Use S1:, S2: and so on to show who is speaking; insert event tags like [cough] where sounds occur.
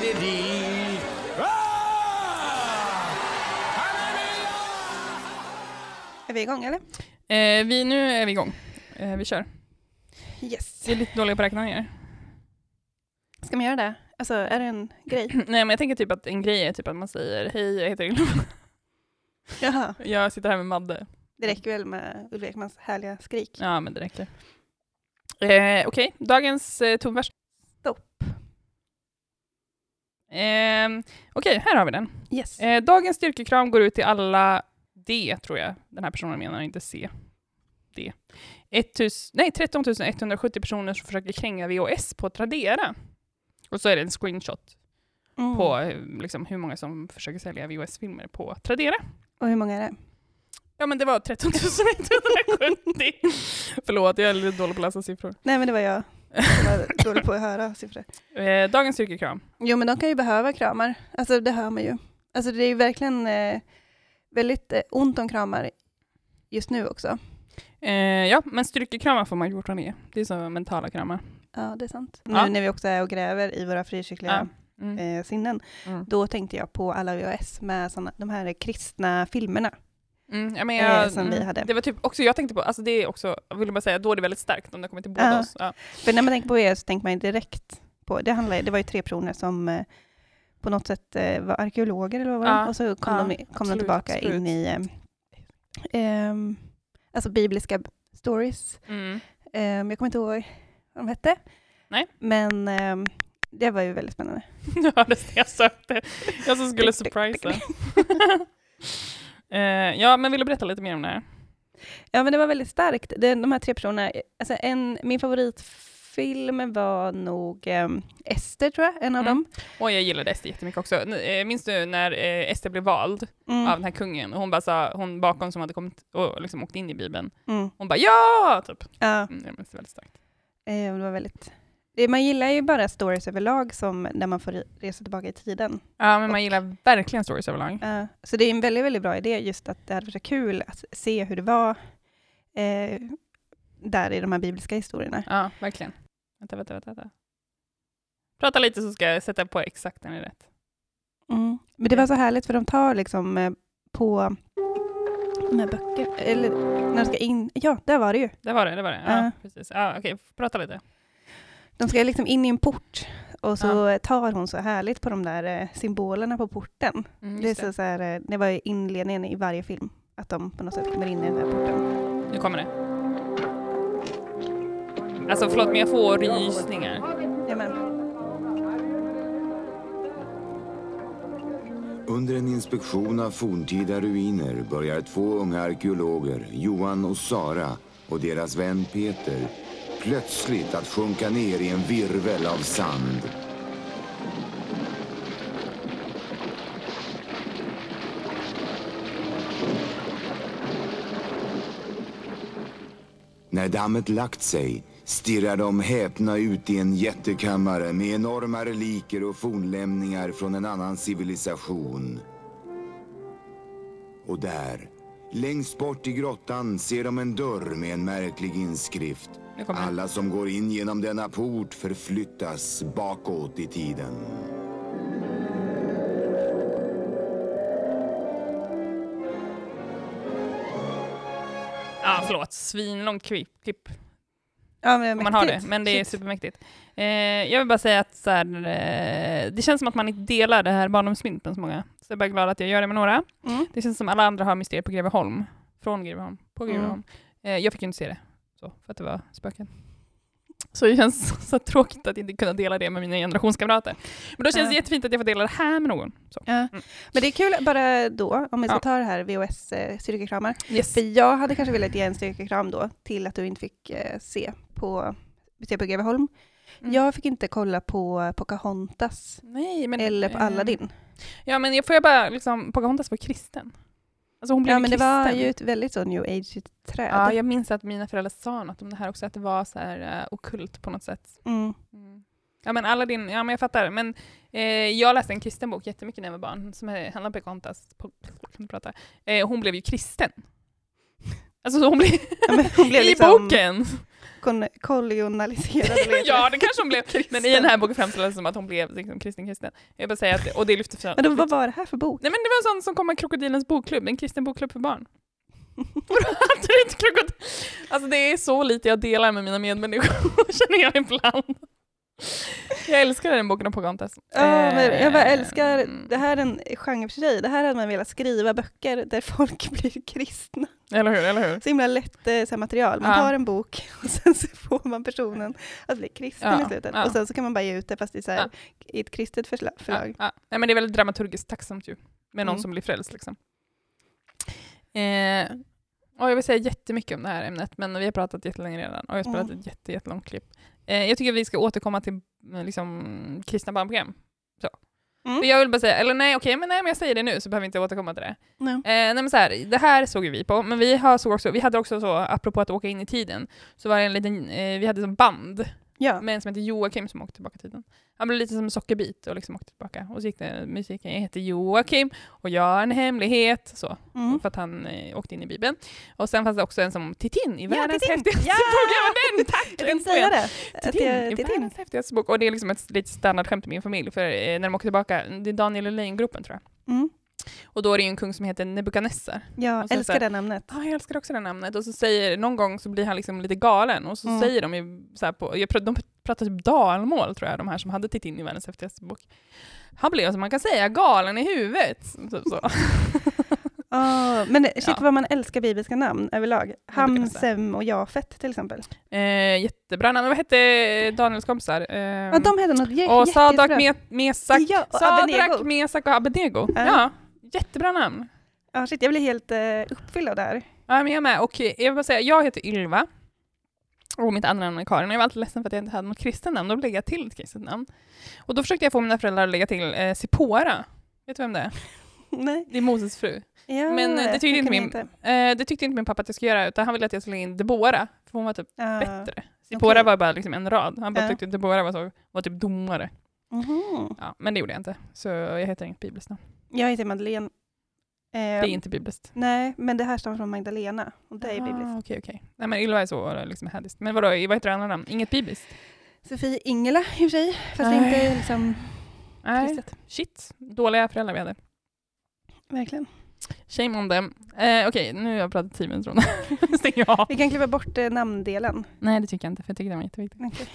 S1: Di-di-di-di-di-di-di.
S2: Är vi igång eller?
S3: Eh, vi, nu är vi igång. Eh, vi kör.
S2: Yes.
S3: Vi är lite dåliga på räkningar.
S2: Ska man göra det? Alltså är det en grej?
S3: [clears throat] Nej men jag tänker typ att en grej är typ att man säger hej jag heter Ylva.
S2: [laughs] Jaha.
S3: [laughs] Jag sitter här med Madde.
S2: Det räcker väl med Ulf Ekmans härliga skrik?
S3: Ja men det räcker. Eh, Okej, dagens eh, tomvers.
S2: Stopp.
S3: Eh, Okej, här har vi den.
S2: Yes.
S3: Eh, dagens styrkekram går ut till alla D tror jag den här personen menar, inte C. D. 1000, nej, 13 170 personer som försöker kränga VHS på Tradera. Och så är det en screenshot
S2: Mm.
S3: på eh, liksom, hur många som försöker sälja VHS-filmer på Tradera.
S2: Och hur många är det?
S3: Ja men det var 13 170. [laughs] Förlåt, jag är lite dålig på att läsa siffror.
S2: Nej men det var jag. Jag var [laughs] dålig på att höra siffror.
S3: Eh, dagens styrkekram.
S2: Jo men de kan ju behöva kramar. Alltså det hör man ju. Alltså det är ju verkligen eh, väldigt eh, ont om kramar just nu också.
S3: Eh, ja, men styrkekramar får man ju fortfarande ge. Det är som mentala kramar.
S2: Ja det är sant. Nu
S3: Ja.
S2: när vi också är och gräver i våra frikyrkliga
S3: Mm.
S2: eh, sinnen.
S3: Mm.
S2: Då tänkte jag på alla VHS med såna, de här kristna filmerna.
S3: Mm, ja, men
S2: eh,
S3: jag,
S2: som
S3: mm,
S2: vi hade.
S3: Det var typ också, jag tänkte på, alltså det är också, jag ville bara säga, då är det väldigt starkt om det kommer till båda
S2: Ja.
S3: oss. Ja.
S2: För när man tänker på VHS så tänker man ju direkt på, det, handlar, det var ju tre personer som eh, på något sätt eh, var arkeologer eller vad var det?
S3: Ja,
S2: Och så kom,
S3: ja,
S2: de, i- kom de
S3: absolut,
S2: tillbaka
S3: absolut.
S2: in i eh, ehm, alltså bibliska b- stories.
S3: Mm. [laughs]
S2: Ehm, jag kommer inte ihåg vad de hette.
S3: Nej.
S2: Men ehm, det var ju väldigt spännande.
S3: Nu hördes det jag sökte. Jag som skulle
S2: Tick, tick, tick,
S3: surprisa. eh, ja, men vill du berätta lite mer om det här?
S2: [laughs] Ja, men det var väldigt starkt. Det, de här tre personerna, alltså en, min favoritfilm var nog ehm, Ester, tror jag, en av
S3: Mm.
S2: dem.
S3: Och jag gillade Ester jättemycket också. N- eh, Minns du när eh, Ester blev vald
S2: Mm,
S3: av den här kungen? Och hon bara sa, hon bakom som hade kommit och liksom åkt in i Bibeln.
S2: mm,
S3: Hon bara ja! Typ.
S2: ja.
S3: Mm, jag minns det väldigt starkt.
S2: Eh, och Det var väldigt... det- Man gillar ju bara stories överlag som där man får re- resa tillbaka i tiden.
S3: Ja, men man gillar verkligen stories överlag.
S2: Eh, Så det är en väldigt, väldigt bra idé just att det hade varit så kul att se hur det var eh, där i de här bibliska historierna.
S3: Ja, verkligen. Vänta, vänta, vänta. vänta. Prata lite så ska jag sätta på exakt när det är rätt.
S2: Mm. Men det var så härligt för de tar liksom eh, på de här böckerna, eller när de ska in, ja där var det ju.
S3: Det var det, det var det. Ja,
S2: Ja.
S3: precis. Ja, okej, f- prata lite.
S2: De ska liksom in i en port och så tar hon så härligt på de där eh, symbolerna på porten.
S3: Mm,
S2: Det, är
S3: just
S2: så, så här, eh, det var ju inledningen i varje film, att de på något sätt kommer in i den där porten.
S3: det. Nu kommer det. Alltså förlåt, men jag får rysningar.
S2: Ja, men,
S4: Under en inspektion av forntida ruiner börjar två unga arkeologer, Johan och Sara och deras vän Peter, plötsligt att sjunka ner i en virvel av sand. När dammet lagt sig stirrar de häpna ut i en jättekammare med enorma reliker och fornlämningar från en annan civilisation. Och där, längst bort i grottan, ser de en dörr med en märklig inskrift.
S3: Nu kommer det.
S4: Alla som går in genom denna port förflyttas bakåt i tiden.
S3: Ja, förlåt. Svinlångt kvi- klipp.
S2: ja, men
S3: om man har det,
S2: mäktigt.
S3: men det är
S2: Shit.
S3: supermäktigt. Eh, jag vill bara säga att så här, eh, det känns som att man inte delar det här barndomsmynten så många. Så jag är bara glad att jag gör det med några.
S2: Mm.
S3: Det känns som alla andra har mysterier på Greveholm. Från Greveholm. På
S2: Mm.
S3: Greveholm. Eh, jag fick ju inte se det. Så, för att det var spöken. Så det känns [laughs] så tråkigt att inte kunna dela det med mina generationskamrater. Men då känns
S2: Ja.
S3: det jättefint att jag får dela det här med någon. Så.
S2: Ja. Men det är kul bara då, om vi ska
S3: Ja.
S2: ta det här VHS-styrkekramar.
S3: Yes.
S2: eh, För jag hade kanske velat ge en styrkekram då, till att du inte fick eh, se på, se på Greveholm.
S3: Mm.
S2: Jag fick inte kolla på Pocahontas
S3: Nej, men,
S2: eller på
S3: eh,
S2: Aladdin.
S3: Ja, men jag får jag bara liksom, Pocahontas var kristen. Alltså hon blev
S2: Ja,
S3: ju
S2: men det
S3: kristen.
S2: var ju ett väldigt så new age-träd.
S3: Ja, jag minns att mina föräldrar sa något om det här också, att det var så här uh, okult på något sätt.
S2: mm.
S3: Ja men Aladdin, ja men jag fattar. Men eh, jag läste en kristen bok jättemycket när jag var barn, som eh, handlar om Pocahontas. Po- kan inte prata. Eh, hon blev ju kristen. [laughs] Alltså så hon blev
S2: ja, men hon blev
S3: [laughs] i
S2: liksom
S3: boken!
S2: kon-
S3: [laughs]
S2: kolonialiserade lever.
S3: Ja, det kanske hon blev. Men i den här boken framställs det som att hon blev liksom kristen kristen. Jag bara säger att, det- och det lyfter fram.
S2: Men då, vad var det här för bok?
S3: Nej men det var en sån som kom med Krokodilens bokklubb, en kristen bokklubb för barn. [laughs] Vadå, hade du inte krokodil? Alltså det är så lite jag delar med mina medmänniskor, [laughs] känner jag ibland. Jag älskar den boken av Pocahontas.
S2: Ja, men jag bara
S3: Eh,
S2: älskar, det här är en genre för sig. Det här hade man velat skriva böcker där folk [laughs] blir kristna.
S3: Eller hur, eller hur?
S2: Så himla lätt eh, så här, material. Man
S3: Ja.
S2: tar en bok [laughs] och sen så får man personen att bli kristen
S3: Ja,
S2: i slutet.
S3: ja.
S2: Och sen så kan man bara ge ut det fast i, så här, i ett kristet försla- [laughs] förlag.
S3: Ja, ja. Nej men det är väldigt dramaturgiskt tacksamt ju. Med någon
S2: Mm.
S3: som blir frälst liksom. Eh, och jag vill säga jättemycket om det här ämnet, men vi har pratat jättelänge redan och jag har spelat
S2: Mm.
S3: ett jätte, jättelångt klipp. Eh, jag tycker vi ska återkomma till eh, liksom, kristna barnprogram. Så.
S2: Mm.
S3: För jag vill bara säga, eller nej okej, men, nej men jag säger det nu så behöver vi inte återkomma till det.
S2: Nej.
S3: Eh, nej men så här, det här såg ju vi på, men vi, har såg också, vi hade också så, apropå att åka in i tiden, så var det en liten, eh, vi hade som band
S2: Ja.
S3: med en som heter Joakim som åkte tillbaka i tiden. Han blev lite som en sockerbit och liksom åkte tillbaka. Och så gick det musiken, jag heter Joakim och jag har en hemlighet. Så,
S2: Mm.
S3: För att han eh, åkte in i Bibeln. Och sen fanns det också en som Titin i
S2: Ja,
S3: världens
S2: Tintin!
S3: häftigaste
S2: Ja!
S3: bok. Ja, men den! Tack!
S2: Jag tänkte
S3: äntligen!
S2: säga det. Att
S3: Titin,
S2: jag-
S3: i
S2: Tintin.
S3: världens häftigaste bok. Och det är liksom ett lite standardskämt i min familj, för eh, när de åker tillbaka, det är Daniel och Lejongruppen tror jag.
S2: Mm.
S3: Och då är det ju en kung som heter Nebukadnessar.
S2: Jag
S3: Och sen så
S2: älskar
S3: här-
S2: det namnet.
S3: Ja, jag älskar också det namnet. Och så säger, någon gång så blir han liksom lite galen och så
S2: Mm.
S3: säger de ju så här på, jag pr- de pratar typ dalmål tror jag, de här som hade tittat in i världens häftigaste bok. Han blev som man kan säga galen i huvudet. Typ
S2: [laughs]
S3: så.
S2: Oh, men shit
S3: Ja.
S2: vad man älskar bibliska namn överlag. Ham,
S3: Nebukadnessar.
S2: Sem och Jafet till exempel.
S3: eh, jättebra namn. Vad hette Daniels kompisar? Eh,
S2: Ja, de hette något jä-
S3: och Sadak,
S2: jättebra.
S3: Me- Mesak,
S2: Ja, och
S3: Sadrak,
S2: Abednego.
S3: Mesak och Abednego.
S2: Ja.
S3: Ja, jättebra namn.
S2: Ja, shit, jag blir helt eh, uppfylld av det här.
S3: Ja, men jag med. Och eh, jag vill bara säga, jag heter Ylva. Och mitt andra namn är Karin. Jag var alltid ledsen för att jag inte hade något kristet namn. Då lägger jag till ett kristet namn. Och då försökte jag få mina föräldrar att lägga till eh, Sipora. Vet du vem det är?
S2: [laughs] Nej.
S3: Det är Moses fru.
S2: Ja,
S3: Men, eh, det tyckte
S2: jag
S3: inte
S2: kunde
S3: min- Eh, det tyckte inte min pappa att jag skulle göra, utan han ville att jag skulle lägga in Debora. För hon var typ
S2: Ja.
S3: bättre. Sipora
S2: Ah, okej. Ah.
S3: var bara liksom en rad. Han bara
S2: Ja.
S3: tyckte att Debora var, så, var typ domare.
S2: Mhm.
S3: Ja, men det gjorde jag inte. Så jag heter inget bibliskt namn.
S2: Jag heter Madeleine. Eh,
S3: Det är inte bibliskt.
S2: Nej, men det här står från Magdalena och det är bibliskt.
S3: Ah, okej, okej. Nej, men Ylva är så liksom hädiskt. Men vadå, vad heter det andra namn? Inget bibliskt?
S2: Sofie Ingela i och för sig, fast
S3: Nej.
S2: inte liksom
S3: Nej.
S2: kristet.
S3: Shit, dåliga föräldrar vi hade.
S2: Verkligen.
S3: Shame on them. Eh, Okej, nu har jag pratat [laughs] tio minuter om det. Stäng av.
S2: Vi kan klippa bort eh, namndelen.
S3: Nej, det tycker jag inte, för jag tycker den var jätteviktig.
S2: Okej.